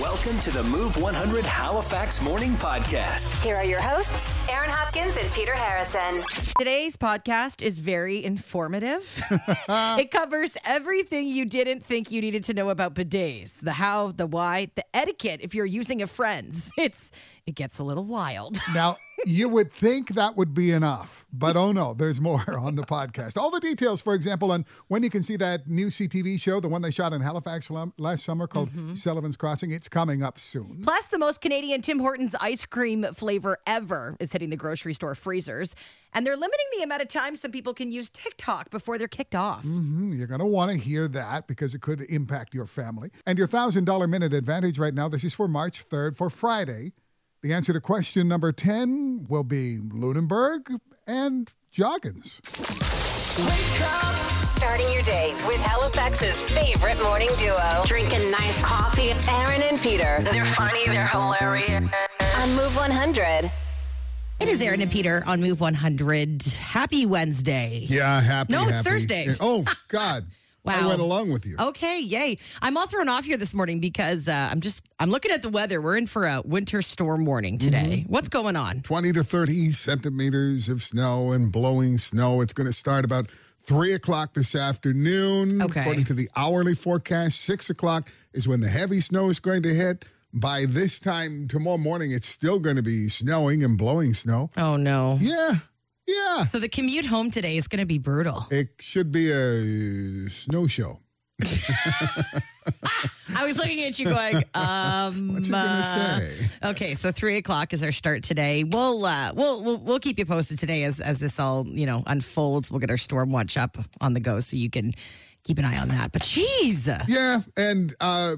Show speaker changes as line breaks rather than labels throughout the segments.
Welcome to the Move 100 Halifax Morning Podcast.
Here are your hosts, Aaron Hopkins and Peter Harrison.
Today's podcast is very informative. it covers everything you didn't think you needed to know about bidets the how, the why, the etiquette if you're using a friend's. It's it gets a little wild.
Now, you would think that would be enough, but oh no, there's more on the podcast. All the details, for example, on when you can see that new CTV show, the one they shot in Halifax lum- last summer called
Mm-hmm.
Sullivan's Crossing, it's coming up soon.
Plus, the most Canadian Tim Hortons ice cream flavor ever is hitting the grocery store freezers. And they're limiting the amount of time some people can use TikTok before they're kicked off.
Hmm, You're going to want to hear that because it could impact your family. And your $1,000 minute advantage right now, this is for March 3rd, for Friday. The answer to question number 10 will be Lunenburg and Joggins.
Starting your day with Halifax's favorite morning duo. Drinking nice coffee. Aaron and Peter. They're funny, they're hilarious. On Move 100.
It is Aaron and Peter on Move 100. Happy Wednesday.
Yeah, happy.
No, it's
happy.
Thursday.
Oh God!
Wow.
I went along with you.
Okay, yay. I'm all thrown off here this morning because uh, I'm just I'm looking at the weather. We're in for a winter storm warning today. What's going on?
Twenty to thirty centimeters of snow and blowing snow. It's going to start about three o'clock this afternoon,
Okay.
according to the hourly forecast. Six o'clock is when the heavy snow is going to hit. By this time tomorrow morning, it's still going to be snowing and blowing snow.
Oh no.
Yeah, yeah.
So the commute home today is going to be brutal.
It should be a snow show.
I was looking at you going, um,
What's he gonna
uh,
say?
okay, so three o'clock is our start today. We'll, uh, we'll we'll we'll keep you posted today as as this all you know unfolds. We'll get our storm watch up on the go so you can keep an eye on that. But jeez,
Yeah, and uh,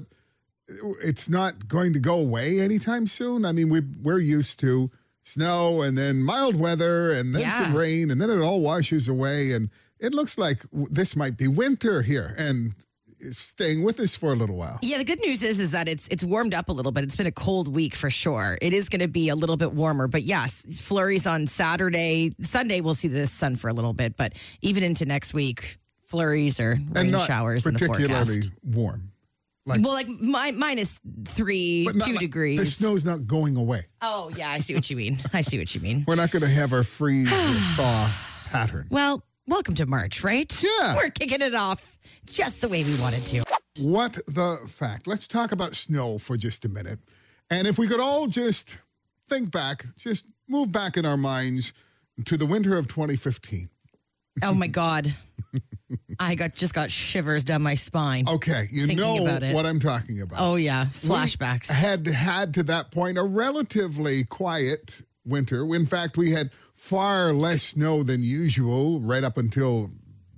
it's not going to go away anytime soon. I mean, we we're used to snow and then mild weather and then some
Yeah.
rain and then it all washes away and it looks like w- this might be winter here and it's staying with us for a little while.
Yeah, the good news is is that it's it's warmed up a little bit. It's been a cold week for sure. It is going to be a little bit warmer, but yes, flurries on Saturday, Sunday we'll see the sun for a little bit, but even into next week, flurries or rain
and not
showers in the
particularly
forecast.
warm. Like,
Well, like mi- minus three,
but not
two
like-
degrees.
The snow's not going away.
Oh yeah, I see what you mean. I see what you mean.
We're not going to have our freeze and thaw pattern.
Well, welcome to March, right?
Yeah.
we're kicking it off just the way we wanted to.
What the fact? Let's talk about snow for just a minute. And if we could all just think back, just move back in our minds to the winter of 2015.
Oh my god, I got just got shivers down my spine.
Okay, you
Thinking
know
about it.
what I'm talking about.
Oh yeah,
We
flashbacks.
had had to that point a relatively quiet winter. In fact, we had far less snow than usual right up until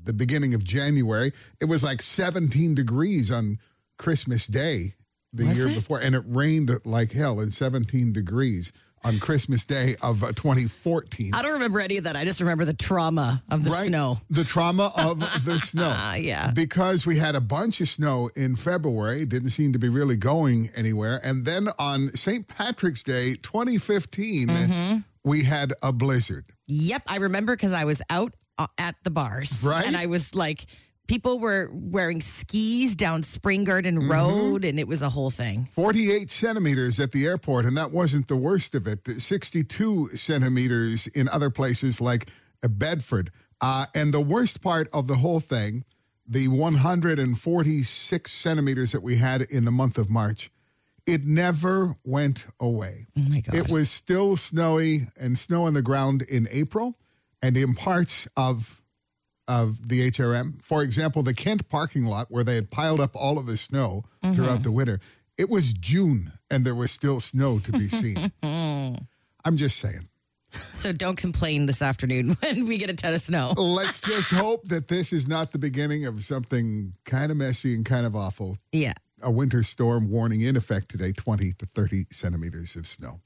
the beginning of January. It was like 17 degrees on Christmas Day the
Was
year
it?
before, and it rained like hell in 17 degrees on Christmas Day of uh, 2014.
I don't remember any of that. I just remember the trauma of the snow. Ah,
The trauma of the snow.
Yeah.
Because we had a bunch of snow in February, didn't seem to be really going anywhere. And then on St. Patrick's Day 2015,
Mm-hmm.
we had a blizzard.
Yep, I remember because I was out uh, at the bars,
Right?
And I was like, people were wearing skis down Spring Garden Road, and it was a whole thing.
48 centimeters at the airport, and that wasn't the worst of it. 62 centimeters in other places like uh, Bedford. Uh, and the worst part of the whole thing, the 146 centimeters that we had in the month of March, it never went away.
Oh my God.
It was still snowy and snow on the ground in April and in parts of of the HRM. For example, the Kent parking lot where they had piled up all of the snow throughout the winter. It was June and there was still snow to be seen. I'm just saying.
So don't complain this afternoon when we get a ton of snow.
Let's just hope that this is not the beginning of something kind of messy and kind of awful.
Yeah.
A winter storm warning in effect today 20 to 30 centimeters of snow.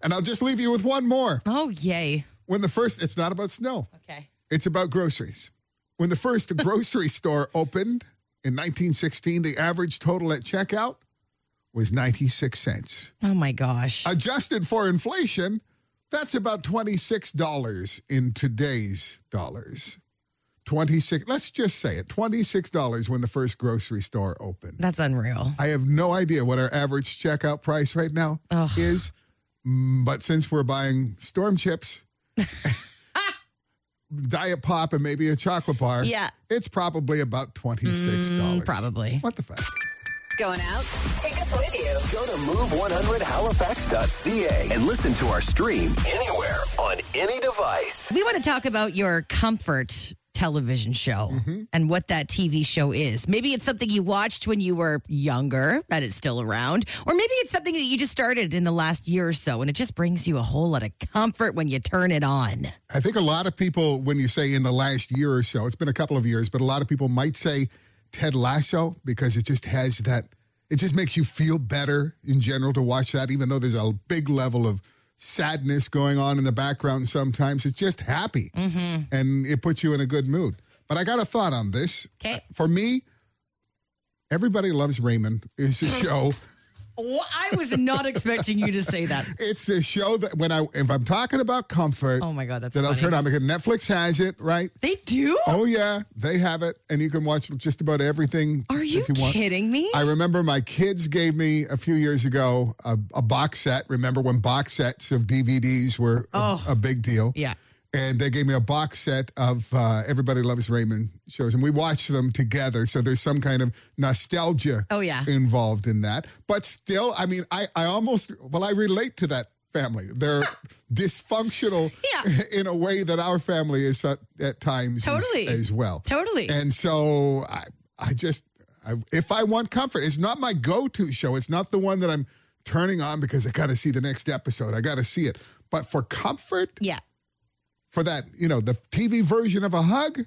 And I'll just leave you with one more.
Oh yay.
When the first, it's not about snow.
Okay.
It's about groceries. When the first grocery store opened in 1916, the average total at checkout was 96 cents.
Oh my gosh.
Adjusted for inflation, that's about $26 in today's dollars. 26 let's just say it $26 when the first grocery store opened
That's unreal.
i have no idea what our average checkout price right now is Mm, but since we're buying storm chips diet pop and maybe a chocolate bar
Yeah. Mm,
it's probably about $26
probably.
what the fuck
Going out? Take us with you.
Go to move100halifax.ca and listen to our stream anywhere on any device.
We want to talk about your comfort television show and what that TV show is. Maybe it's something you watched when you were younger and it's still around, or maybe it's something that you just started in the last year or so and it just brings you a whole lot of comfort when you turn it on.
I think a lot of people, when you say in the last year or so, it's been a couple of years, but a lot of people might say Ted Lasso because it just has that, it just makes you feel better in general to watch that, even though there's a big level of sadness going on in the background sometimes. It's just happy
Mm-hmm.
and it puts you in a good mood. But I got a thought on this.
'Kay.
For me, Everybody Loves Raymond is a show.
I was not expecting you to say that.
It's a show that when I, if I'm talking about comfort,
Oh my God, that's
that I'll
funny.
turn on because Netflix has it, right?
They do?
Oh yeah, they have it, and you can watch just about everything.
Are you,
if you want.
kidding me?
I remember my kids gave me a few years ago a, a box set. Remember when box sets of DVDs were a,
Oh.
a big deal?
Yeah.
And they gave me a box set of uh, Everybody Loves Raymond shows, and we watched them together. So there's some kind of nostalgia
Oh, yeah.
involved in that. But still, I mean, I, I almost, well, I relate to that family. They're dysfunctional
Yeah.
in a way that our family is at, at times as-
Totally.
as well.
Totally.
And so I, I just, I, if I want comfort, it's not my go to show. It's not the one that I'm turning on because I got to see the next episode. I got to see it. But for comfort,
yeah.
for that, you know, the TV version of a hug,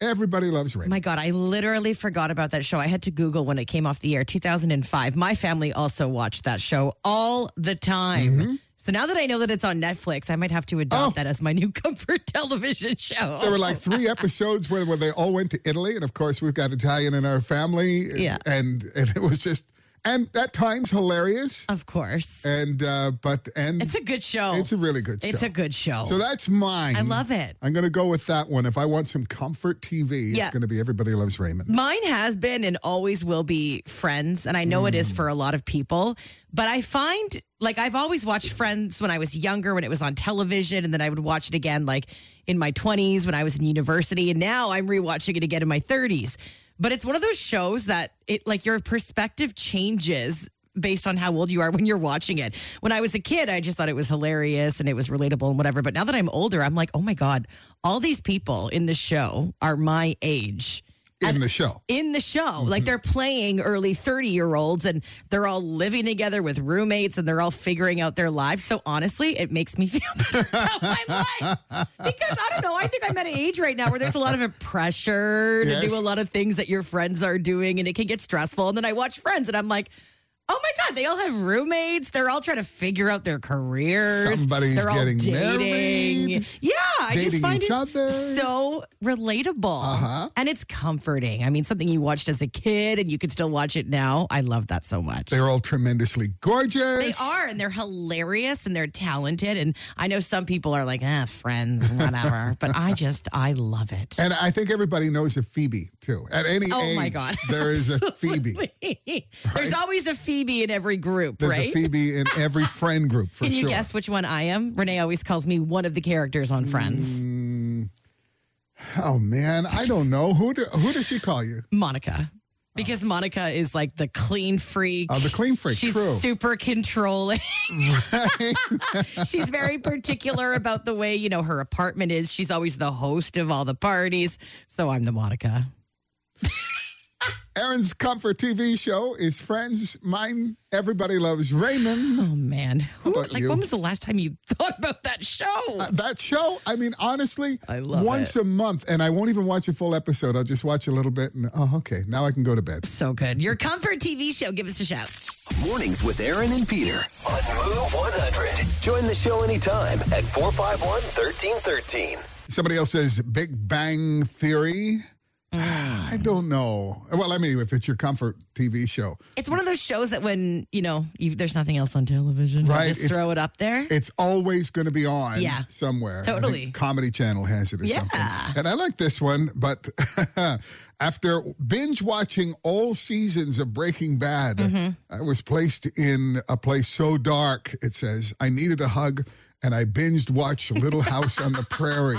everybody loves Raymond.
My God, I literally forgot about that show. I had to Google when it came off the air, 2005. My family also watched that show all the time. So now that I know that it's on Netflix, I might have to adopt
Mm-hmm. Oh.
that as my new comfort television show.
there were like three episodes where, where they all went to Italy, and of course we've got Italian in our family.
Yeah.
and and it was just and at times hilarious,
of course.
and uh, but and
It's a good show.
it's a really good show.
It's a good show.
So that's mine.
I love it.
I'm going to go with that one. If I want some comfort TV,
Yeah.
it's going to be Everybody Loves Raymond.
Mine has been and always will be Friends, and I know it is for a lot of people. But I find like I've always watched Friends when I was younger, when it was on television, and then I would watch it again like in my twenties when I was in university, and now I'm rewatching it again in my thirties. But it's one of those shows that it like your perspective changes based on how old you are when you're watching it. When I was a kid, I just thought it was hilarious and it was relatable and whatever. But now that I'm older, I'm like, oh my god, all these people in this show are my age
In the show.
in the show.
Mm-hmm.
Like they're playing early 30 year olds and they're all living together with roommates and they're all figuring out their lives. So honestly, it makes me feel better about my life. Because I don't know, I think I'm at an age right now where there's a lot of pressure to
Yes.
do a lot of things that your friends are doing and it can get stressful. And then I watch friends and I'm like, Oh my God, they all have roommates. They're all trying to figure out their careers.
Somebody's
They're all
getting
dating.
married.
Yeah, I just
Dating
find
each
it
other.
so relatable.
Uh-huh.
And it's comforting. I mean, something you watched as a kid and you could still watch it now. I love that so much.
They're all tremendously gorgeous.
They are, and they're hilarious and they're talented. And I know some people are like, ah, friends, whatever. but I just, I love it.
And I think everybody knows a Phoebe, too. At any
Oh
age,
my God.
there is a Phoebe.
There's always a Phoebe in every group,
There's
right?
a Phoebe in every friend group, for
Can
sure.
you guess which one I am? Renee always calls me one of the characters on Friends.
Oh, man. I don't know. Who, do, who does she call you?
Monica. Because Monica is like the clean freak.
Oh, the clean freak.
She's
True.
super controlling. She's very particular about the way, you know, her apartment is. She's always the host of all the parties. So I'm the Monica.
Aaron's comfort TV show is Friends. Mine, Everybody Loves Raymond.
Oh man. Who,
about
like
you? Uh,
when was the last time you thought about that show?
that show, I mean, honestly,
I love
once a month, and I won't even watch a full episode. I'll just watch a little bit, and oh, okay, now I can go to bed.
so good. Your comfort TV show. Give us a shout.
Mornings with Aaron and Peter on Move 100. Join the show anytime at 451 1313.
Somebody else says Big Bang Theory.
Mm.
I don't know. Well, I mean, if it's your comfort TV show,
It's one of those shows that when, you know, you, there's nothing else on television, you
Right,
just
it's-
throw it up there.
it's always going to be on
Yeah.
somewhere. I think
Totally.
Comedy Channel has it or
Yeah.
something. And I like this one, but after binge watching all seasons of Breaking Bad,
Mm-hmm.
I was placed in a place so dark, it says, I needed a hug and I binged watched Little House on the Prairie.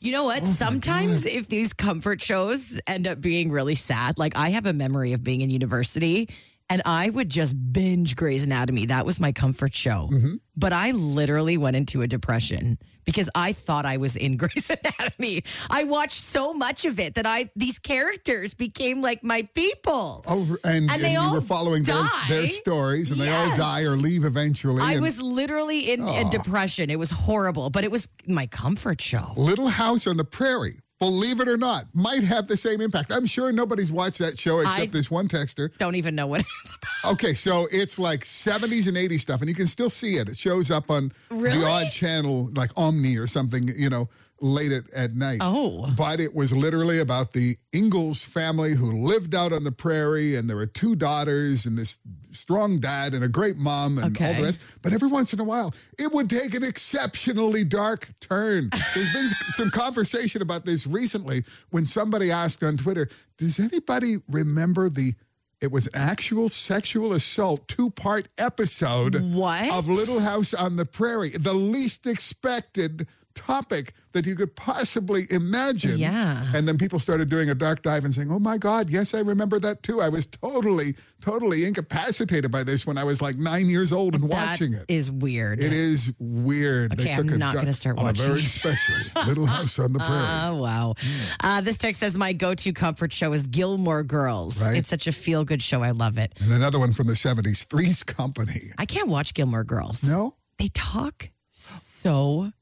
You know
Oh
what? Sometimes if these comfort shows end up being really sad, like I have a memory of being in university and I would just binge Grey's Anatomy. That was my comfort show.
Mm-hmm.
But I literally went into a depression because I thought I was in Grey's Anatomy. I watched so much of it that I these characters became like my people.
Oh, and,
And they
and you
all
were following their,
die.
their stories, and they all
Yes.
die or leave eventually.
I
and-
was literally in a depression. It was horrible, but it was my comfort show.
Little House on the Prairie, believe it or not, might have the same impact. I'm sure nobody's watched that show except
I-
this one texter.
Don't even know what it's about.
Okay, so it's like 70s and 80s stuff, and you can still see it. It shows up on
Really?
the odd channel, like Omni or something, you know, late at, at night.
Oh.
But it was literally about the Ingalls family who lived out on the prairie, and there were two daughters, and this strong dad, and a great mom, and all
Okay.
the rest. But every once in a while, it would take an exceptionally dark turn. There's been some conversation about this recently when somebody asked on Twitter, Does anybody remember the it was an actual sexual assault two part episode
What?
of Little House on the Prairie, the least expected topic that you could possibly imagine.
Yeah.
And then people started doing a dark dive and saying, oh my God, yes, I remember that too. I was totally, totally incapacitated by this when I was like nine years old and watching it.
That is weird.
It is weird.
Okay, I'm not
dark-
gonna start
on
watching
a very
it.
special Little House on the Prairie.
Oh, wow.
Mm.
Uh, this text says, My go to comfort show is Gilmore Girls.
Right.
It's such a feel good show. I love it.
and another one from the 70s, Three's Company.
I can't watch Gilmore Girls.
No?
They talk so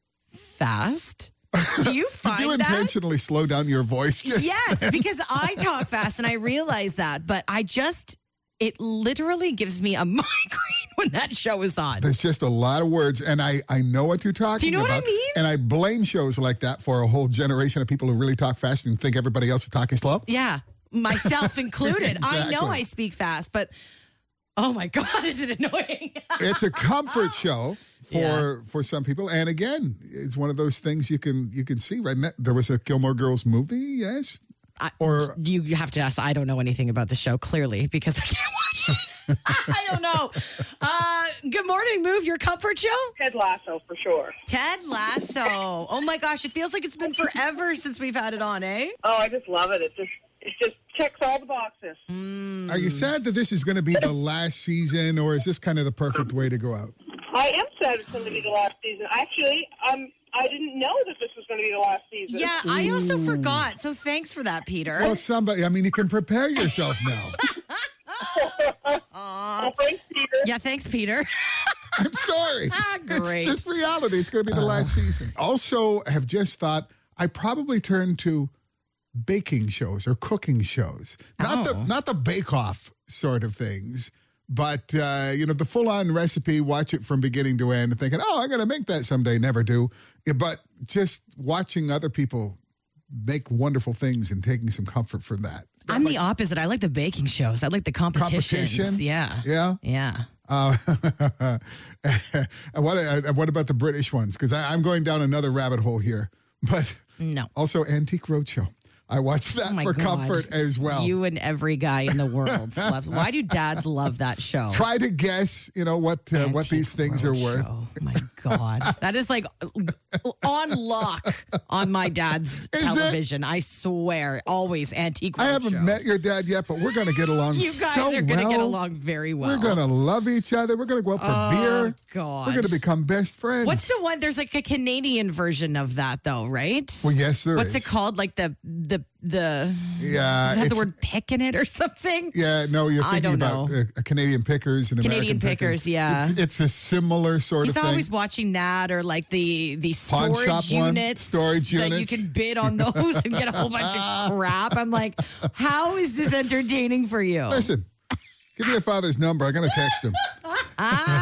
fast. Do you
Did
find
you
that?
intentionally slow down your voice? Just
Yes, because I talk fast and I realize that, but I just, it literally gives me a migraine when that show is on.
There's just a lot of words, and I, I know what you're talking about.
know what I mean?
And I blame shows like that for a whole generation of people who really talk fast and think everybody else is talking slow.
Yeah, myself included. I know
Exactly.
I speak fast, but oh my God, is it annoying?
It's a comfort show for for some people, and again, it's one of those things you can you can see right now. There was a Gilmore Girls movie, yes, or
you have to ask. I don't know anything about the show, clearly, because I can't watch it. I don't know. Uh, good morning, Move, your comfort show?
Ted Lasso for sure.
Ted Lasso. Oh my gosh, it feels like it's been forever since we've had it on, eh?
Oh, I just love it. It just it just checks all the boxes.
mm-hmm.
Are you sad that this is going to be the last season, or is this kind of the perfect way to go out?
I am sad it's going to be the last season. Actually, um, I didn't know that this was going to be the last season.
Yeah, I also forgot. So thanks for that, Peter.
Well, somebody, I mean, you can prepare yourself now.
Well, thanks, Peter.
Yeah, thanks, Peter.
I'm sorry.
Ah, great. Uh-huh.
It's just reality. It's going to be the last season. Also, have just thought I probably turn to baking shows or cooking shows. Not
Oh.
the not the bake off sort of things, but uh, you know, the full on recipe, watch it from beginning to end, thinking, "Oh, I'm going to make that someday." Never do. Yeah, But just watching other people make wonderful things and taking some comfort from that.
I'm the opposite. I like the baking shows. I like the competitions.
Competition?
Yeah.
Yeah.
Yeah.
Uh, and what, uh, what about the British ones? Because I'm going down another rabbit hole here. But
No.
also Antique Roadshow. I watched that
Oh my
for
God.
comfort as well.
You and every guy in the world loves. Why do dads love that show?
Try to guess, you know what uh, what
Antique
these things are worth.
Roadshow. Oh My God, that is like on lock on my dad's
Is it?
television. I swear, always antique.
I haven't
Roadshow.
met your dad yet, but we're going to get along.
You guys
so
are gonna get
well.
along very well.
We're going to love each other. We're going to go out for beer.
God.
We're going to become best friends.
What's the one? There's like a Canadian version of that, though, right?
Well, yes, there is.
What's it called? Like the the the.
Yeah,
Is that the
it's-
word pick in it or something?
Yeah, no, you're
I
thinking
don't
about
know.
uh, Canadian pickers and
Canadian
American
Pickers, yeah.
it's, it's a similar sort
He's
of thing.
always watching that or like the the
Pawn
storage
shop one,
units.
storage
that
units.
you can bid on those and get a whole bunch of crap. I'm like, how is this entertaining for you?
Listen, give me your father's number. I'm going to text him.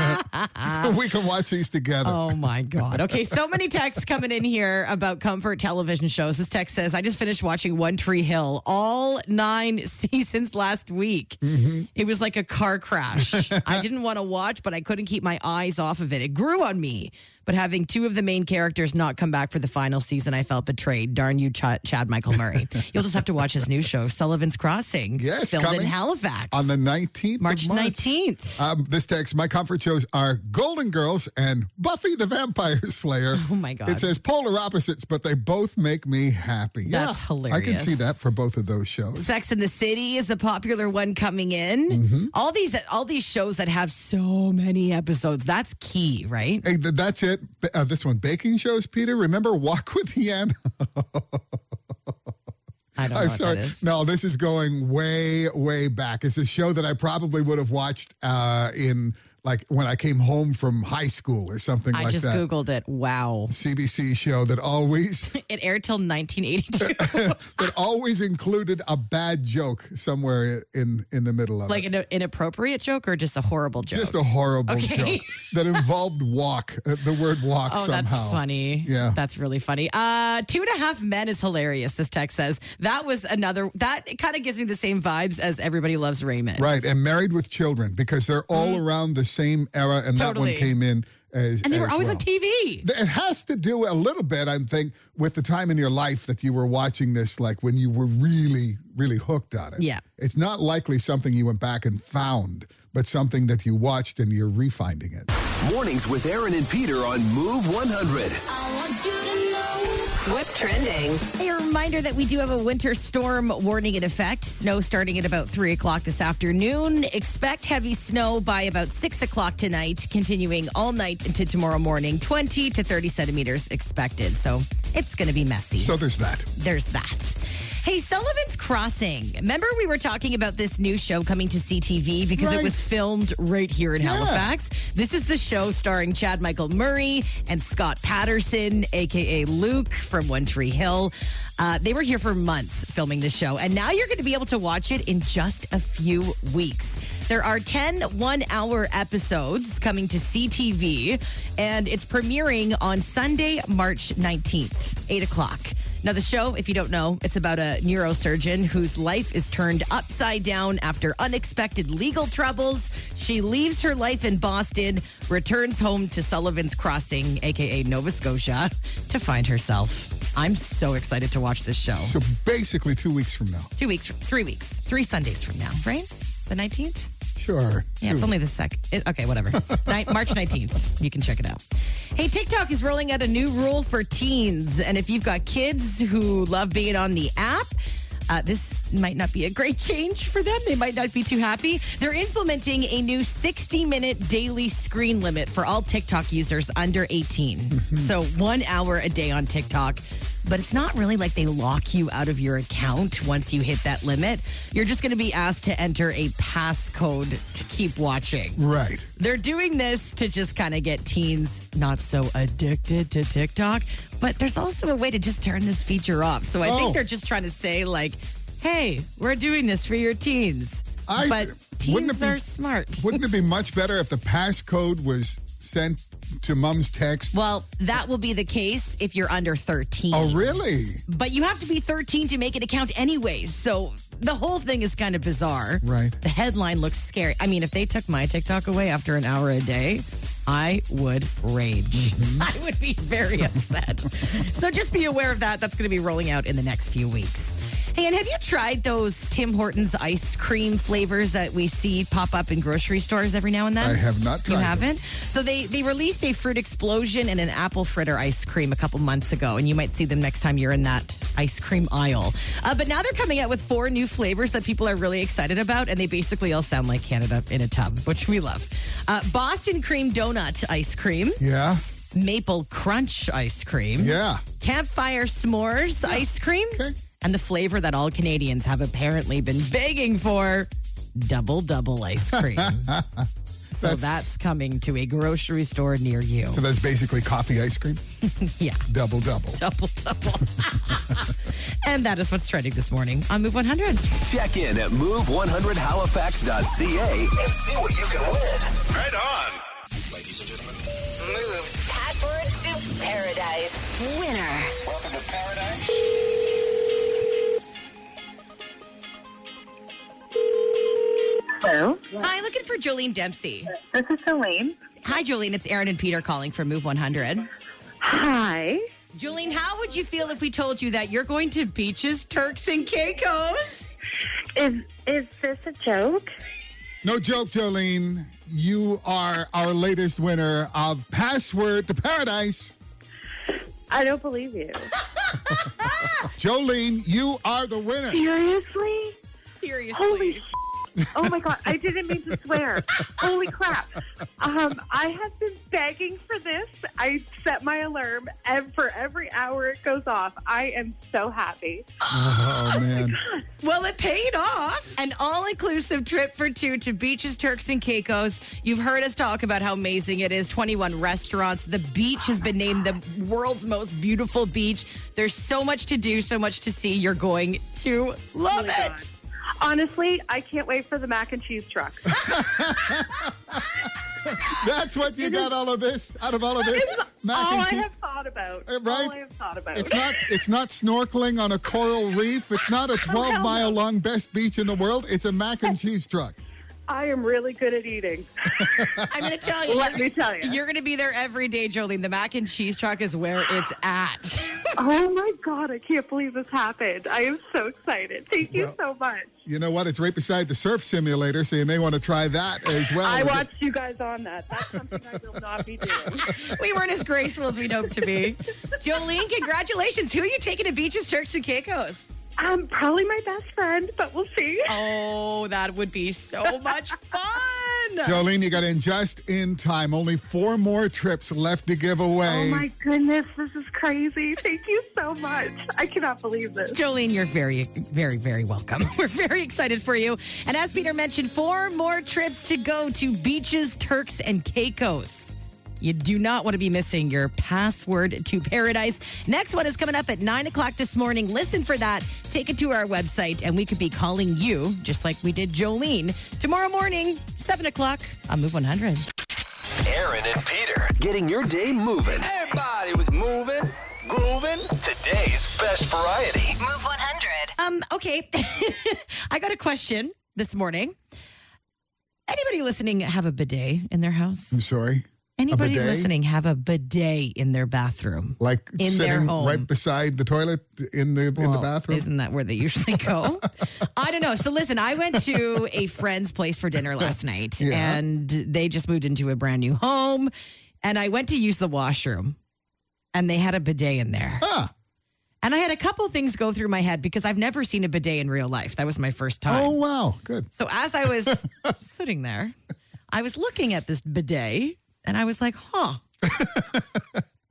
we can watch these together.
Ah. Oh my God. Okay, so many texts coming in here about comfort television shows. This text says, I just finished watching One Tree Hill all nine seasons last week.
Mm-hmm.
It was like a car crash. I didn't want to watch, but I couldn't keep my eyes off of it. It grew on me. But having two of the main characters not come back for the final season, I felt betrayed. Darn you, Ch- Chad Michael Murray. You'll just have to watch his new show, Sullivan's Crossing.
Yes,
filmed in
coming
Halifax
On the 19th
March
of March.
19th.
Um, this text, my comfort shows are Golden Girls and Buffy the Vampire Slayer.
Oh, my God.
It says polar opposites, but they both make me happy.
That's
I can
hilarious.
see that for both of those shows.
Sex in the City is a popular one coming in.
Mm-hmm.
All these all these shows that have so many episodes, that's key, right?
Hey, th- that's it. B- Uh, this one, baking shows, Peter. Remember Walk with the Anna?
I don't know
I'm
what
sorry.
that is.
No, this is going way, way back. It's a show that I probably would have watched uh, in like when I came home from high school or something
I
like
just
that.
googled it. Wow.
CBC show that always
It aired till 1982,
that always included a bad joke somewhere in in the middle of
like
it.
an inappropriate joke or just a horrible joke.
Just a horrible
Okay.
joke that involved walk, uh, the word walk
Oh,
somehow.
that's funny.
Yeah.
That's really funny. Uh, two and a half men is hilarious, this text says. That was another, that kind of gives me the same vibes as Everybody Loves Raymond.
Right, and married with children because they're all around the same era, and that
Mm. Totally.
one came in uh, as.
And they were
as
always
well.
on TV.
It has to do a little bit, I think, with the time in your life that you were watching this, like when you were really, really hooked on it.
Yeah.
It's not likely something you went back and found, but something that you watched and you're refinding it.
Mornings with Aaron and Peter on Move 100.
What's trending?
Hey, a reminder that we do have a winter storm warning in effect. Snow starting at about 3 o'clock this afternoon. Expect heavy snow by about 6 o'clock tonight, continuing all night into tomorrow morning. 20 to 30 centimeters expected. So it's going to be messy.
So there's that.
There's that. Hey, Sullivan's Crossing. Remember, we were talking about this new show coming to CTV because
Right.
it was filmed right here in
Yeah.
Halifax. This is the show starring Chad Michael Murray and Scott Patterson, aka Luke from One Tree Hill. Uh, they were here for months filming the show, and now you're going to be able to watch it in just a few weeks. There are 10 one hour episodes coming to CTV, and it's premiering on Sunday, March 19th, 8 o'clock. Now, the show, if you don't know, it's about a neurosurgeon whose life is turned upside down after unexpected legal troubles. She leaves her life in Boston, returns home to Sullivan's Crossing, aka Nova Scotia, to find herself. I'm so excited to watch this show.
So basically, two weeks from now.
Two weeks, three weeks, three Sundays from now, right? The 19th?
Sure.
Yeah, it's only the second. Okay, whatever. Ni- March 19th. You can check it out. Hey, TikTok is rolling out a new rule for teens. And if you've got kids who love being on the app, uh, this might not be a great change for them. They might not be too happy. They're implementing a new 60 minute daily screen limit for all TikTok users under 18. So one hour a day on TikTok but it's not really like they lock you out of your account once you hit that limit. You're just going to be asked to enter a passcode to keep watching.
Right.
They're doing this to just kind of get teens not so addicted to TikTok, but there's also a way to just turn this feature off. So I
Oh.
think they're just trying to say, like, hey, we're doing this for your teens.
I-
but
wouldn't it
teens
be-
are smart.
Wouldn't it be much better if the passcode was sent to mom's text?
Well, that will be the case if you're under 13.
Oh, really?
but you have to be 13 to make an account anyways. So the whole thing is kind of bizarre.
Right.
The headline looks scary. I mean, if they took my TikTok away after an hour a day, I would rage. I would be very upset. so just be aware of that. That's going to be rolling out in the next few weeks. Hey, and have you tried those Tim Hortons ice cream flavors that we see pop up in grocery stores every now and then?
I have not tried
You
them.
haven't? happen. So they they released a fruit explosion and an apple fritter ice cream a couple months ago, and you might see them next time you're in that ice cream aisle. Uh, but now they're coming out with four new flavors that people are really excited about, and they basically all sound like Canada in a tub, which we love. Uh, Boston cream donut ice cream,
Yeah.
maple crunch ice cream,
Yeah.
campfire s'mores ice cream,
Okay.
and the flavor that all Canadians have apparently been begging for. Double double ice cream. So
That's-
that's, coming to a grocery store near you.
So that's basically coffee ice cream,
yeah.
double double.
Double, double. and that is what's trending this morning on Move 100.
Check in at move100halifax.ca and see what you can win.
Right on. of paradise.
Hello,
Hi, looking for Jolene Dempsey.
this is Elaine.
Hi, Jolene. It's Aaron and Peter calling from Move 100.
Hi.
Jolene, how would you feel if we told you that you're going to beaches, Turks, and Caicos?
Is is this a joke?
No joke, Jolene. You are our latest winner of Password to Paradise.
I don't believe you.
Jolene, you are the winner.
Oh, Seriously?
Seriously.
Holy s***. Oh my god, I didn't mean to swear. Holy crap. Um, I have been begging for this. I set my alarm and for every hour it goes off. I am so happy.
Oh, man.
Well, it paid off. An all inclusive trip for two to beaches, Turks, and Caicos. You've heard us talk about how amazing it is 21 restaurants. The beach has been named the world's most beautiful beach. There's so much to do, so much to see. You're going to love it.
Honestly, I can't wait for the mac and cheese truck.
That's what you got all of this out of all of this. Mac
All
and
I
cheese.
have thought about.
Uh, right.
All I have thought about.
It's not it's not snorkeling on a coral reef. It's not a 12 mile long best beach in the world. It's a mac and cheese truck.
I am really good at eating.
I'm going to tell you.
Let me tell you.
You're going to be there every day, Jolene. The mac and cheese truck is where it's at.
Oh my god, I can't believe this happened. I am so excited. Thank you so much.
You know what? It's right beside the surf simulator, so you may want to try that as well.
I watched you guys on that. That's something I will not be doing.
we weren't as graceful as we'd hoped to be. Jolene, congratulations. Who are you taking to beaches, Turks, and Caicos?
Um, probably my best friend, but we'll see.
Oh, that would be so much fun.
Jolene, you got in just in time. Only four more trips left to give
Oh
away.
my goodness, this is crazy. Thank you so much. I cannot believe this.
Jolene, you're very, very, very welcome. We're very excited for you. And as Peter mentioned, four more trips to go to beaches, Turks, and Caicos. You do not want to be missing your password to paradise. Next one is coming up at nine o'clock this morning. Listen for that. Take it to our website, and we could be calling you just like we did Jolene tomorrow morning, seven o'clock on Move 100.
Aaron and Peter getting your day moving.
Everybody was moving, grooving.
Today's best variety.
Move 100.
Um, okay. I got a question this morning. Anybody listening have a bidet in their house?
I'm sorry.
Anybody
bidet?
listening have a bidet in their bathroom?
Like
In
sitting
their home.
right beside the toilet in the in the
Well,
bathroom.
Isn't that where they usually go? I don't know. So listen, I went to a friend's place for dinner last night
Yeah.
and they just moved into a brand new home and I went to use the washroom and they had a bidet in there.
Ah.
And I had a couple things go through my head because I've never seen a bidet in real life. That was my first time.
Oh wow, good.
So as I was sitting there, I was looking at this bidet and I was like, huh.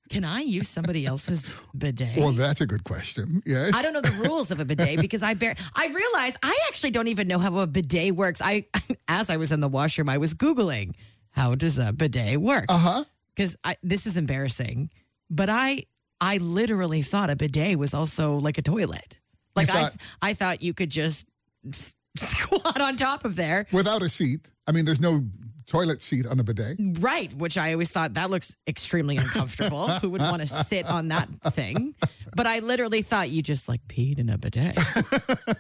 Can I use somebody else's bidet?
Well, that's a good question. Yes.
I don't know the rules of a bidet because I bear I realize I actually don't even know how a bidet works. I as I was in the washroom, I was googling how does a bidet work?
Uh-huh.
Cuz this is embarrassing, but I I literally thought a bidet was also like a toilet. Like
thought-
I I thought you could just s- squat on top of there
Without a seat. I mean, there's no toilet seat on a bidet.
Right, which I always thought that looks extremely uncomfortable. Who would want to sit on that thing? But I literally thought you just like peed in a bidet,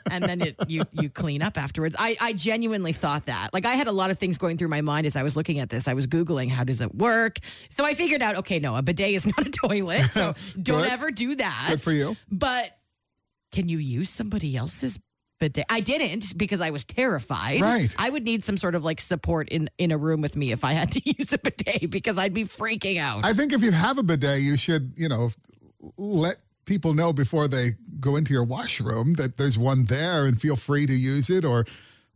and then it, you you clean up afterwards. I I genuinely thought that. Like I had a lot of things going through my mind as I was looking at this. I was googling how does it work. So I figured out okay, no, a bidet is not a toilet. So don't
Good.
ever do that.
Good for you.
But can you use somebody else's bidet? I didn't because I was terrified.
Right.
I would need some sort of like support in in a room with me if I had to use a bidet because I'd be freaking out.
I think if you have a bidet, you should, you know, let people know before they go into your washroom that there's one there and feel free to use it or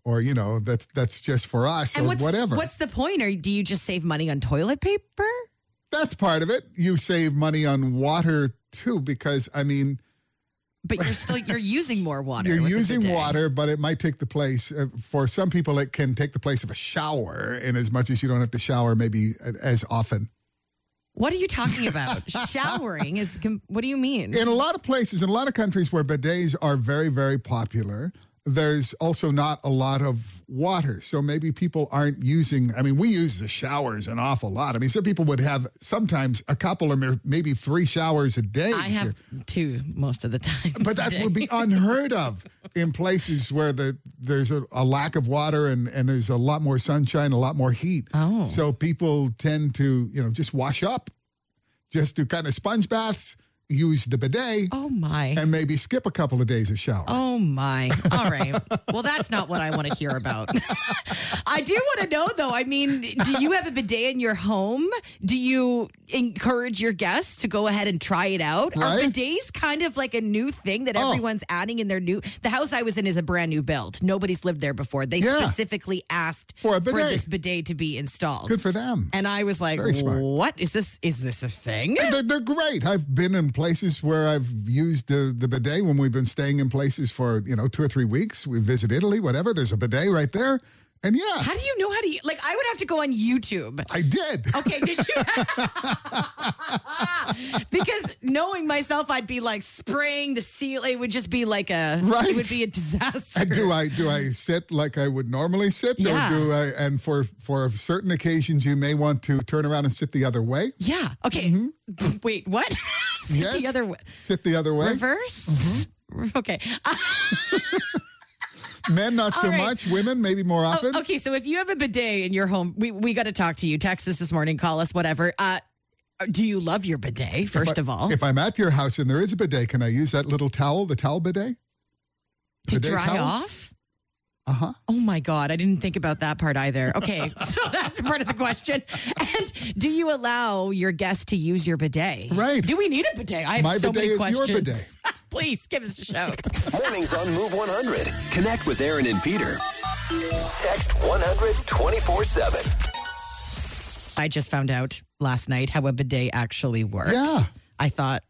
or you know, that's that's just for us or
what's,
whatever.
What's the point? Or do you just save money on toilet paper?
that's part of it. You save money on water too because I mean,
But you're still you're using more water.
you're
with a
using
bidet.
water, but it might take the place uh, for some people it can take the place of a shower in as much as you don't have to shower maybe a- as often.
What are you talking about? Showering is. com- What do you mean?
in a lot of places, in a lot of countries where bidets are very, very popular, there's also not a lot of water. So maybe people aren't using, I mean, we use the showers an awful lot. I mean, some people would have sometimes a couple or mer- maybe three showers a day.
I have two most of the time.
But that would be unheard of in places where the there's a, a lack of water and, and there's a lot more sunshine, a lot more heat.
Oh.
So people tend to, you know, just wash up, just do kind of sponge baths, use the bidet,
Oh my.
and maybe skip a couple of days of shower.
Oh my. All right. Well, that's not what I want to hear about. I do want to know though. I mean, do you have a bidet in your home? Do you encourage your guests to go ahead and try it out? Are
Right.
bidets kind of like a new thing that
Oh.
everyone's adding in their new The house I was in is a brand new build. Nobody's lived there before. They
Yeah.
specifically asked
For a bidet.
this bidet to be installed.
Good for them.
and I was like,
Very smart.
"What is this? Is this a thing?"
And They're, they're great. I've been in places where I've used the, the bidet when we've been staying in places for, you know, two or three weeks. We visit Italy, whatever. There's a bidet right there. And yeah,
How do you know how to like I would have to go on YouTube
I did.
Okay, did you? because knowing myself, I'd be like spraying the seal. It would just be like a.
Right.
It would be a disaster.
And Uh, do I do I sit like I would normally sit?
Yeah.
Or do I and for for certain occasions you may want to turn around and sit the other way.
Yeah. Okay.
Mm-hmm.
Wait. What? Sit The other way.
Sit the other way.
Reverse.
Mm-hmm.
Okay. Uh,
Men not so
All right. Oh,
much. Women maybe more often.
okay. So if you have a bidet in your home, we we got to talk to you. Text us this morning. Call us. Whatever. Uh, do you love your bidet? First of all,
If I'm at your house and there is a bidet, can I use that little towel, the towel bidet?
to
bidet
dry
towel?
off.
Uh huh.
Oh my God, I didn't think about that part either. Okay, so that's part of the question. And do you allow your guests to use your bidet?
Right.
Do we need a bidet? I have
My
so
bidet
many
is your
questions.
bidet.
Please give us a shout.
Mornings on Move 100. Connect with Aaron and Peter. Text 100 24 7.
I just found out last night how a bidet actually works.
Yeah.
I thought,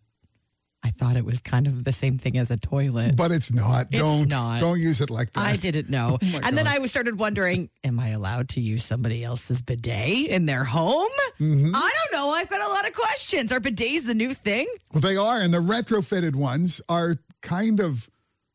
I thought it was kind of the same thing as a toilet.
But it's not.
It's
don't
not.
don't use it like that.
I didn't know.
Oh my
and then
God.
I was started wondering, am I allowed to use somebody else's bidet in their home?
Mm-hmm.
I don't know. I've got a lot of questions. Are bidets the new thing?
Well, they are, and the retrofitted ones are kind of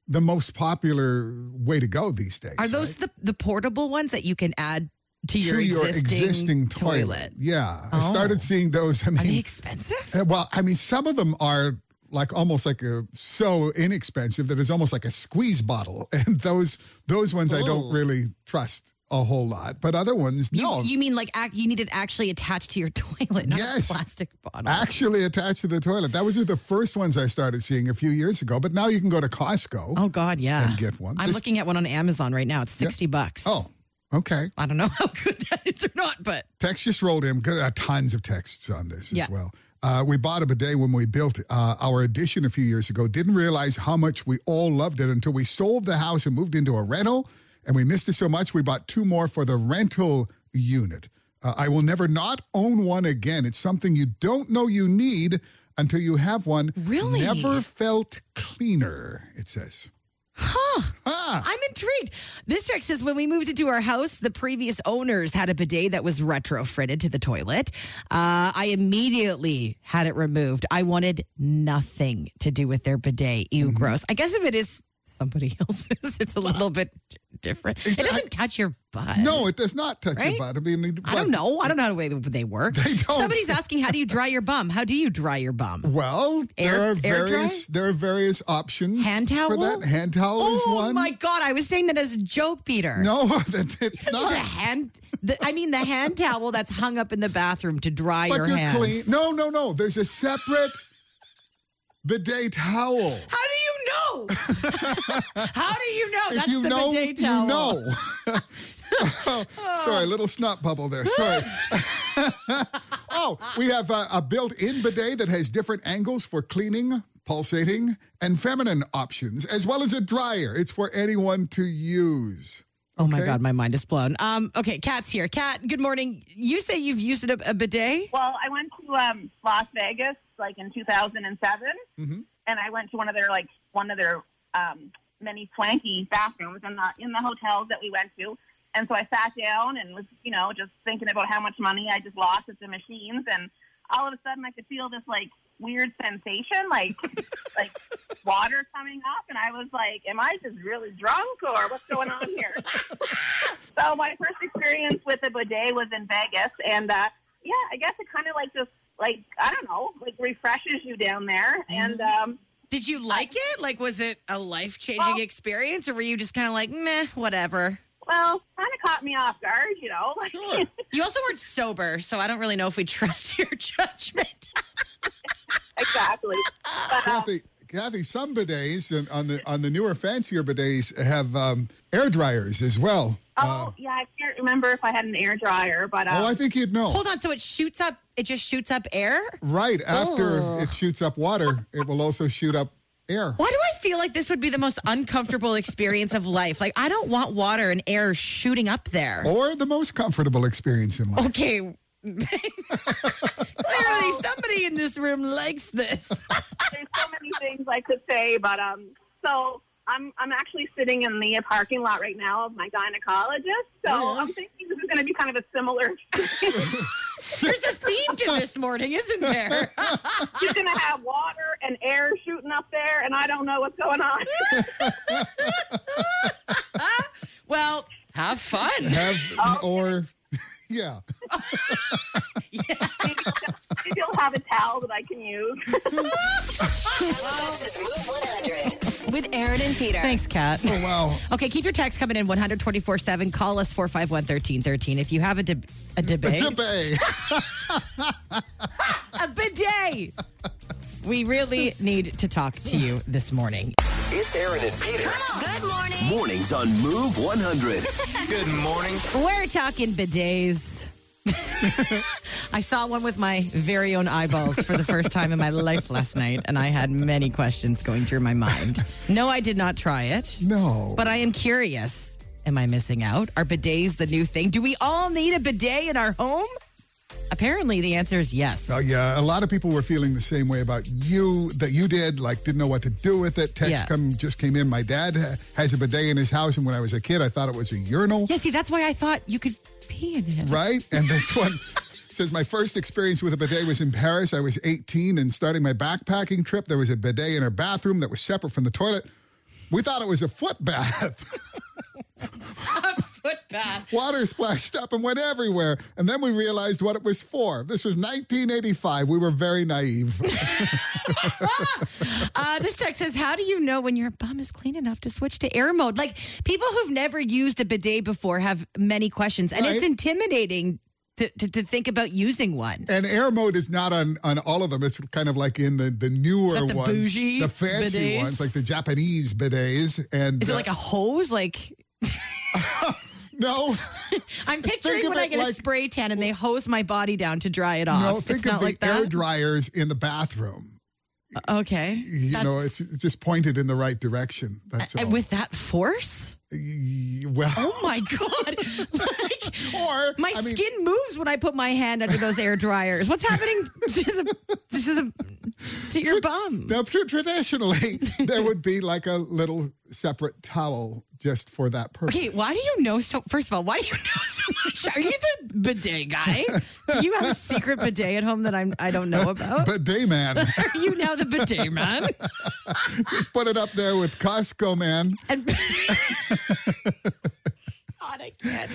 the most popular way to go these days.
Are those the, the portable ones that you can add to your,
to your
existing,
existing toilet?
toilet? Oh.
Yeah, I started seeing those. I
Are they
mean,
expensive?
uh, well, I mean, some of them are like almost like a, so inexpensive that it's almost like a squeeze bottle, and those those ones I don't
Ooh.
really trust a whole lot. But other ones, no,
Oh. You, you mean like ac- you need it actually attached to your toilet, not
Yes.
a plastic bottle?
actually attached to the toilet. That was the first ones I started seeing a few years ago. But now you can go to Costco.
oh God, yeah.
And get one.
I'm
This-
looking at one on Amazon right now. It's sixty bucks.
Oh, okay.
I don't know how good that is or not, but
Text just rolled in. Got, uh, tons of texts on this
Yeah.
as well. Uh, we bought a bidet when we built uh, our addition a few years ago. Didn't realize how much we all loved it until we sold the house and moved into a rental. And we missed it so much, we bought two more for the rental unit. Uh, I will never not own one again. It's something you don't know you need until you have one.
Really?
Never felt cleaner, it says.
I'm intrigued. This text says when we moved into our house, the previous owners had a bidet that was retrofitted to the toilet. Uh, I immediately had it removed. I wanted nothing to do with their bidet. Ew,
Mm-hmm.
gross. I guess if it is somebody else's, it's a little bit different. It doesn't touch your butt.
No, it does not touch
Right?
your butt. I mean,
I don't know. I don't know how they, they work.
They don't.
Somebody's asking, how do you dry your bum? How do you dry your bum?
Well,
Air-
there are
air dry?
various there are various options.
Hand towel?
for that. Hand towel is
oh
one.
my god! I was saying that as a joke, Peter.
No, that, it's
The
not.
hand, the, I mean the hand towel that's hung up in the bathroom to dry
But
your
you're
hands.
clean. No, no, no. There's a separate bidet towel.
How do you know? How do you know?
if
that's
you
the
know,
bidet
you
towel.
know. Sorry, little snot bubble there. Sorry. oh, we have a, a built-in bidet that has different angles for cleaning, pulsating, and feminine options, as well as a dryer. It's for anyone to use.
Oh my
Okay.
god, my mind is blown. Um, okay, Kat's here. Kat, good morning. You say you've used a, a bidet.
Well, I went to um, Las Vegas like in 2007, and I went to one of their like one of their um, many swanky bathrooms in the in the hotels that we went to. And so I sat down and was you know just thinking about how much money I just lost at the machines, and all of a sudden I could feel this like
weird sensation, like like water coming up, and I was like, "Am I just really drunk, or what's going on here?" so my first experience with a bidet was in Vegas, and uh, yeah, I guess it kind of like just like I don't know, like refreshes you down there,
Mm-hmm.
and um,
Did you like it? Like, was it a life changing
Well-
experience, or were you just kind of like, meh, whatever?
well, kind of caught me off guard, you know. Like,
Sure.
You also weren't sober, so I don't really know if we trust your judgment.
exactly. But, um,
Kathy, Kathy, some bidets and on the on the newer fancier bidets have um, air dryers as well. Uh,
oh yeah, I can't remember if I had an air dryer, but um,
oh, I think you'd know.
Hold on, so it shoots up, it just shoots up air?
Right after it shoots up water, it will also shoot up air.
Why do I feel like this would be the most uncomfortable experience of life? Like, I don't want water and air shooting up there.
Or the most comfortable experience in life.
Okay. Clearly, somebody in this room likes this.
there's so many things I could say, but um, so I'm I'm actually sitting in the parking lot right now of my gynecologist, so I'm
Oh, Yes.
thinking this is going to be kind of a similar.
There's a theme to this morning, isn't there?
She's going to have water and air shooting up there, and I don't know what's going on.
Well, have fun.
Have or yeah.
Maybe you'll have a towel that I can use.
Halifax's Move 100 with Aaron and Peter.
Thanks, Kat.
Oh wow.
Okay, keep your text coming in 124 7. Call us 451 1313 if you have a, deb a debate.
Debate.
a bidet. We really need to talk to you this morning.
It's Aaron and Peter.
Good morning.
Mornings on Move 100.
Good morning.
We're talking bidets. I saw one with my very own eyeballs for the first time in my life last night, and I had many questions going through my mind. No, I did not try it,
No.
but I am curious. Am I missing out? Are bidets the new thing? Do we all need a bidet in our home? Apparently, the answer is yes.
Oh, yeah, a lot of people were feeling the same way about you that you did, like didn't know what to do with it. Text
Yeah.
come just came in. My dad ha- has a bidet in his house, and when I was a kid, I thought it was a urinal,
Yeah, see, that's why I thought you could pee in it.
right? And this one says my first experience with a bidet was in Paris. I was 18 and starting my backpacking trip. There was a bidet in our bathroom that was separate from the toilet. We thought it was a foot bath.
Foot bath.
Water splashed up and went everywhere. And then we realized what it was for. This was 1985. We were very naive.
Uh, this text says, How do you know when your bum is clean enough to switch to air mode? Like, people who've never used a bidet before have many questions, and it's
Right.
intimidating to, to, to think about using one.
And air mode is not on on all of them. It's kind of like in the the newer
Is that the
ones,
bougie
the fancy
bidets?
ones, like the Japanese bidets. And
Is it
uh,
like a hose? Like,
no,
I'm picturing
of
when I
it
get a
like-
spray tan and they hose my body down to dry it off.
no.
it's
Think of
not
the
like
air
that.
dryers in the bathroom.
okay.
You know, it's it's just pointed in the right direction. That's all.
And Uh, with that force?
well,
Oh my God. like,
or
Oh, My
I mean,
skin moves when I put my hand under those air dryers. What's happening to the to, the, to your bum?
Now, tr- traditionally, there would be like a little separate towel just for that purpose.
Okay, why do you know so? First of all, why do you know so much? Are you the bidet guy? Do you have a secret bidet at home that I'm I don't know about?
Bidet man,
Are you now the bidet man?
just put it up there with Costco man.
And God, I can't.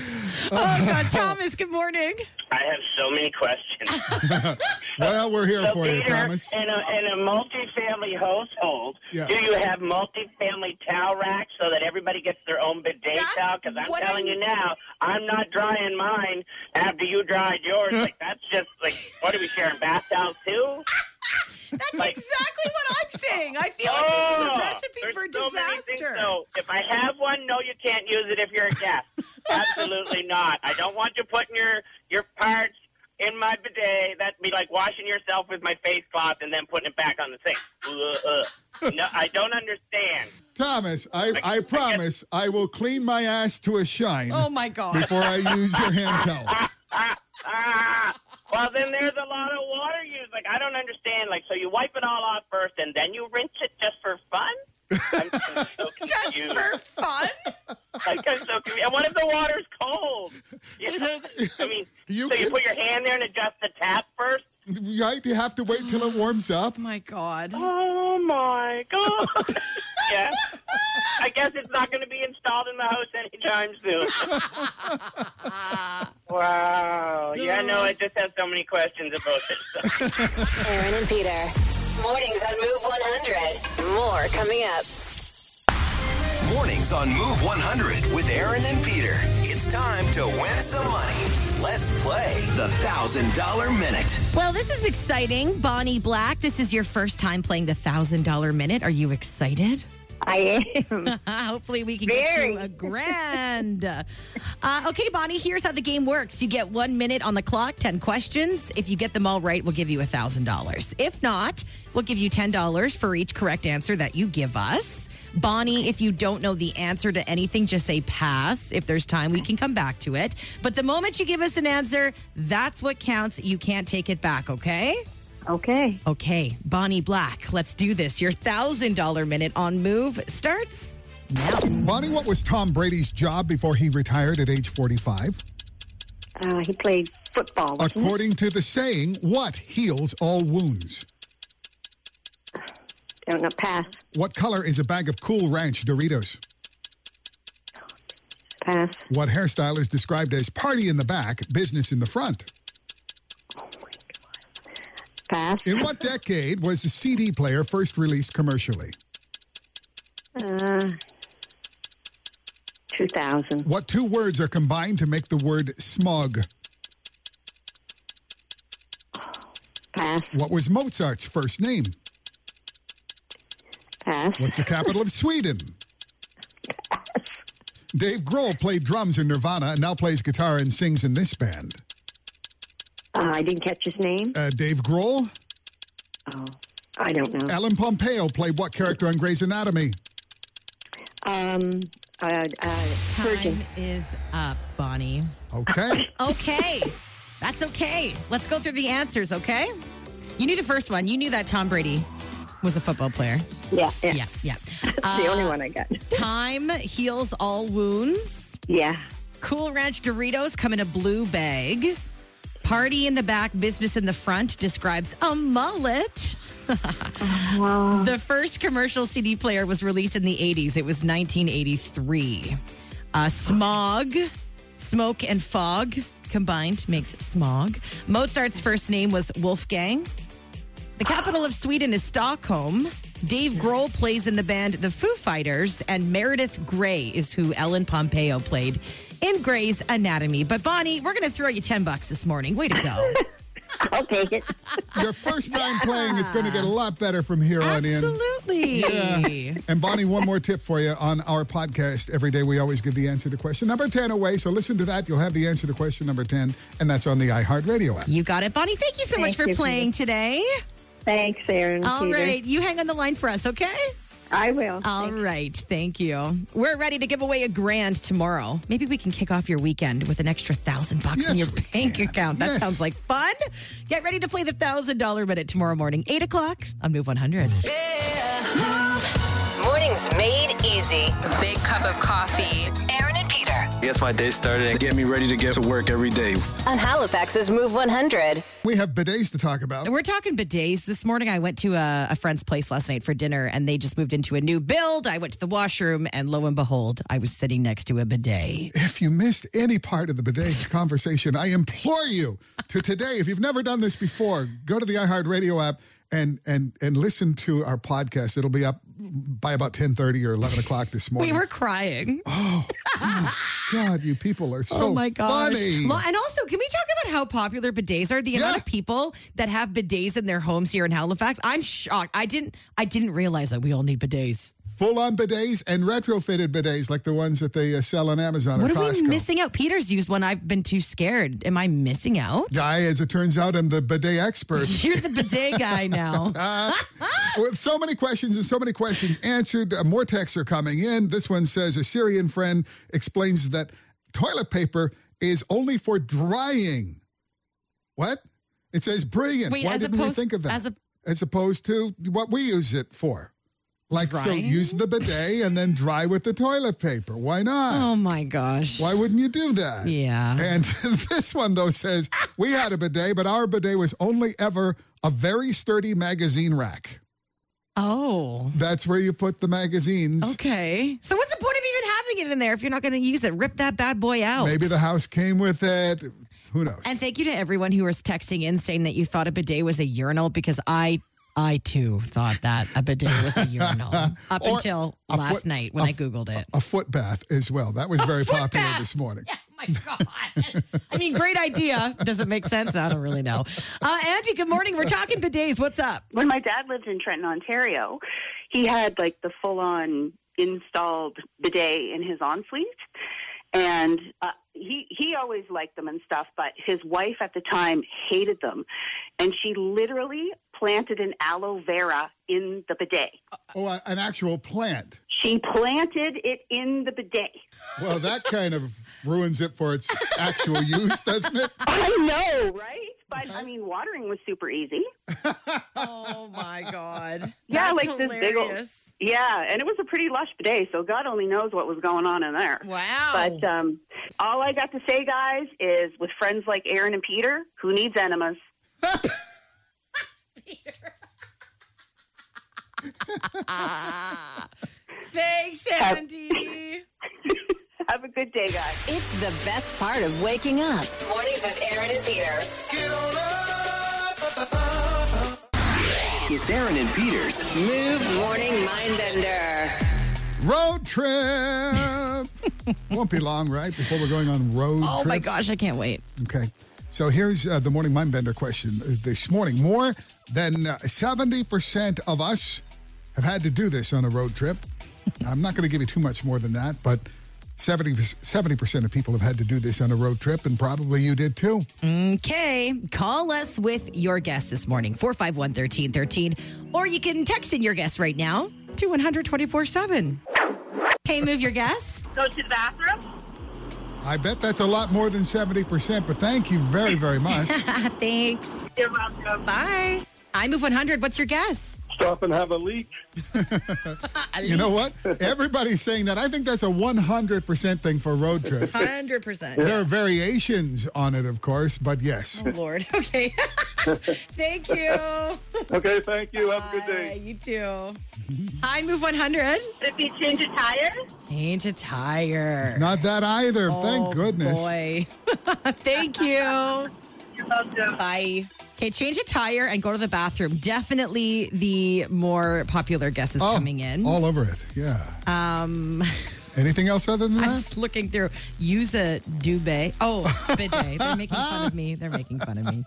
Oh God, Thomas. Good morning.
I have so many questions.
Well, we're here for you,
Peter,
Thomas.
In a, in a multi-family household,
Yeah.
do you have multi-family towel racks so that everybody gets their own bidet
That's
towel? Because I'm
what
telling
I'm-
you now, I'm not drying mine after you dried yours. like that's just like, what are we sharing bath towels too?
That's
Like-
exactly what I'm saying. I feel
Oh, there's so many things, though. if I have one, no, you can't use it if you're a guest. Absolutely not. I don't want you putting your your parts in my bidet. That'd be like washing yourself with my face cloth and then putting it back on the sink. Ugh, ugh. No, I don't understand.
Thomas, I,
I-
I,
I
promise I will clean my ass to a shine
Oh my God.
before I use your hand towel.
Ah, ah. Well, then there's a lot of water used. Like I don't understand. Like so, you wipe it all off first and then you rinse it just for fun. I'm so
Just
confused.
for fun. Oh,
Like, I'm so confused. And what if the water's cold? You know, I mean,
You
so you
can-
put your hand there and adjust the tap first?
Right? You have to wait till it warms up.
my God.
Oh my god!
Yeah. I guess it's not going to be installed in my house anytime soon. wow. Yeah, no, I just have so many questions about this stuff.
Aaron and Peter. Mornings on Move 100. More coming up.
Mornings on Move 100 with Aaron and Peter. It's time to win some money. Let's play the $1,000 Minute.
Well, this is exciting. Bonnie Black, this is your first time playing the $1,000 minute. Are you excited?
I am.
Hopefully, we can get
Very.
you a grand. uh, okay, Bonnie, here's how the game works you get one minute on the clock, 10 questions. If you get them all right, we'll give you $1,000. If not, we'll give you $10 for each correct answer that you give us. Bonnie, if you don't know the answer to anything, just say pass. If there's time, we can come back to it. But the moment you give us an answer, that's what counts. You can't take it back, okay?
Okay.
Okay, Bonnie Black, let's do this. Your $1,000 minute on move starts now.
Bonnie, what was Tom Brady's job before he retired at age 45?
Uh, he played football. wasn't he?
According to the saying, what heals all wounds?
Don't know. Pass.
What color is a bag of Cool Ranch Doritos?
Pass.
What hairstyle is described as party in the back, business in the front?
Pass.
In what decade was the CD player first released commercially?
Uh, Two thousand.
What two words are combined to make the word smog?
Pass.
What was Mozart's first name?
Pass.
What's the capital of Sweden? Dave Grohl played drums in Nirvana and now plays guitar and sings in this band.
Uh, I didn't catch his name.
Uh, Dave Grohl?
Oh, I don't know.
Alan Pompeo played what character on Grey's Anatomy?
Um. Uh, uh, surgeon.
Time is up, Bonnie.
Okay.
Okay. That's okay. Let's go through the answers, okay? You knew the first one. You knew that Tom Brady was a football player.
Yeah. Yeah.
Yeah, yeah. Uh,
That's the only one I got.
Time heals all wounds.
Yeah.
Cool Ranch Doritos come in a blue bag. Party in the back, business in the front describes a mullet. The first commercial CD player was released in the 80s. It was 1983. Uh, smog, smoke, and fog combined makes smog. Mozart's first name was Wolfgang. The capital of Sweden is Stockholm. Dave Grohl plays in the band The Foo Fighters, and Meredith Grey is who Ellen Pompeo played in Grey's Anatomy. But Bonnie, we're going to throw you 10 bucks this morning. Way to go.
I'll take it.
Your first time playing, it's going to get a lot better from here on in.
Absolutely.
Yeah. And Bonnie, one more tip for you on our podcast. Every day we always give the answer to question number 10 away. So listen to that. You'll have the answer to question number 10, and that's on the iHeartRadio app.
You got it, Bonnie. Thank you so much
Thank
for
you,
playing today.
Thanks, Aaron.
All right,
Peter.
you hang on the line for us, okay?
I will.
All right, thank you. We're ready to give away a grand tomorrow. Maybe we can kick off your weekend with an extra thousand bucks
Yes,
in your
we
bank
can.
account. That
Yes.
sounds like fun. Get ready to play the thousand dollar minute tomorrow morning, eight o'clock on Move One Hundred.
Mornings made easy. A big cup of coffee. Aaron and Peter
Gets my day started and get me ready to get to work every day.
on Halifax's Move 100.
We have bidets to talk about.
We're talking bidets. This morning, I went to a, a friend's place last night for dinner, and they just moved into a new build. I went to the washroom, and lo and behold, I was sitting next to a bidet.
If you missed any part of the bidet conversation, I implore you to today, if you've never done this before, go to the iHeartRadio app and and and listen to our podcast. It'll be up by about 10:30 or 11 o'clock this
We
morning.
were crying.
God, you people are so
oh my gosh.
funny.
Lo- And also, can we talk about how popular bidets are? The amount
Yeah.
of people that have bidets in their homes here in Halifax. I'm shocked. I didn't I didn't realize that we all need bidets.
Full on bidets and retrofitted bidets like the ones that they uh, sell on Amazon
What
or
are
Costco.
we missing out? Peter's used one. I've been too scared. Am I missing out?
Guy, as it turns out, I'm the bidet expert.
You're the bidet guy now.
With so many questions and so many questions answered, uh, more texts are coming in. This one says a Syrian friend explains that toilet paper is only for drying. What? It says brilliant.
Wait,
Why
as
didn't we
opposed-
think of that?
as a-
as opposed to what we use it for. Like, so
Drying?
use the bidet and then dry with the toilet paper. Why not?
Oh my gosh.
Why wouldn't you do that?
Yeah.
And this one, though, says we had a bidet, but our bidet was only ever a very sturdy magazine rack.
Oh.
That's where you put the magazines.
Okay. So what's the point of even having it in there if you're not going to use it? Rip that bad boy out.
Maybe the house came with it. Who knows?
And thank you to everyone who was texting in saying that you thought a bidet was a urinal because I I too thought that a bidet was a urinal up
Or
until
a
last
foot-
night when I googled it.
a foot bath as well. That was very popular this morning.
my God. I mean, great idea. Does it make sense? I don't really know. Uh, Andy, good morning. We're talking bidets. What's up?
when my dad lived in Trenton, Ontario, he had like the full on installed bidet in his ensuite. And uh, he, he always liked them and stuff, but his wife at the time hated them. And she literally planted an aloe vera in the bidet.
Oh, a- an actual plant.
She planted it in the bidet.
Well, that kind of ruins it for its actual use, doesn't it?
I know, right? But I mean, watering was super easy.
Oh, my God.
Yeah, That's like this big old- hilarious. Yeah, and it was a pretty lush bidet, so God only knows what was going on in there.
Wow.
But um, all I got to say, guys, is with friends like Aaron and Peter, who needs enemas?
Thanks, Andy.
Have a good day, guys.
It's the best part of waking up. Mornings with Aaron and Peter.
It's Aaron and Peter's
Move morning mindbender.
Road trip. Won't be long, right? Before we're going on road
Oh, my
trips?
gosh. I can't wait.
Okay. So here's uh, the morning mindbender question uh, this morning. More than uh, 70% of us have had to do this on a road trip. I'm not going to give you too much more than that, but 70, 70% of people have had to do this on a road trip, and probably you did too.
Okay. Call us with your guess this morning, 451 1313, or you can text in your guess right now to 124 7. Hey, move your guess.
Go to the bathroom.
I bet that's a lot more than 70%, but thank you very, very much.
Uh,
Thanks.
You're welcome.
Bye. I move 100. What's your guess?
Stop and have a leak.
you know what? Everybody's saying that. I think that's a 100% thing for road trips.
100%.
There are variations on it, of course, but yes.
Lord. Okay. Thank you.
Okay, thank you. Have a good day.
Bye. You too. I move 100.
If you change a tire,
Change a tire.
It's not that either. Thank goodness.
Oh, Boy. Thank you.
you're welcome.
Bye. Okay, change a tire and go to the bathroom. Definitely the more popular guesses
Oh,
coming in.
All over it. Yeah.
Um,
Anything else other than
I'm
that?
just looking through. Use a duvet. Oh, bidet. They're making fun of me. They're making fun of me.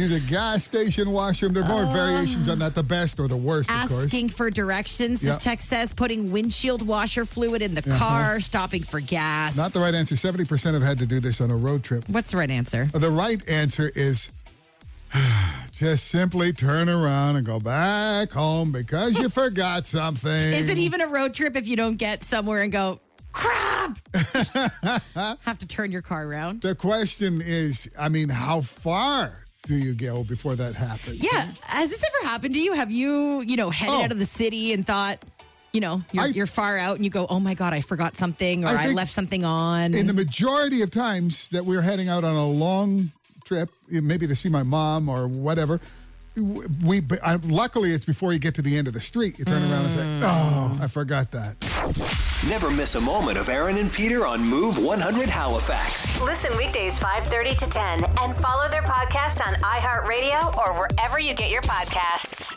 Use a gas station washroom. There are more variations on that. The best or the worst, of course.
Um, Asking for directions,
Yeah. Uh-huh.
this text says. Putting windshield washer fluid in the car. Stopping for gas.
Not the right answer. 70% have had to do this on a road trip.
What's the right answer?
The right answer is just simply turn around and go back home because you forgot something.
Is it even a road trip if you don't get somewhere and go, crap? Have to turn your car around.
The question is, I mean, how far do you go before that happens?
Yeah. Has this ever happened to you? Have you, you know, headed
Oh.
out of the city and thought, you know, you're,
I-
you're far out and you go, oh my God, I forgot something or
I
I,
think
left something on?
In the majority of times that we're heading out on a long trip, maybe to see my mom or whatever, we but I, luckily it's before you get to the end of the street. You turn around and say, "Oh, I forgot that."
Never miss a moment of Aaron and Peter on Move 100 Halifax.
Listen weekdays 5:30 to 10 and follow their podcast on iHeartRadio or wherever you get your podcasts.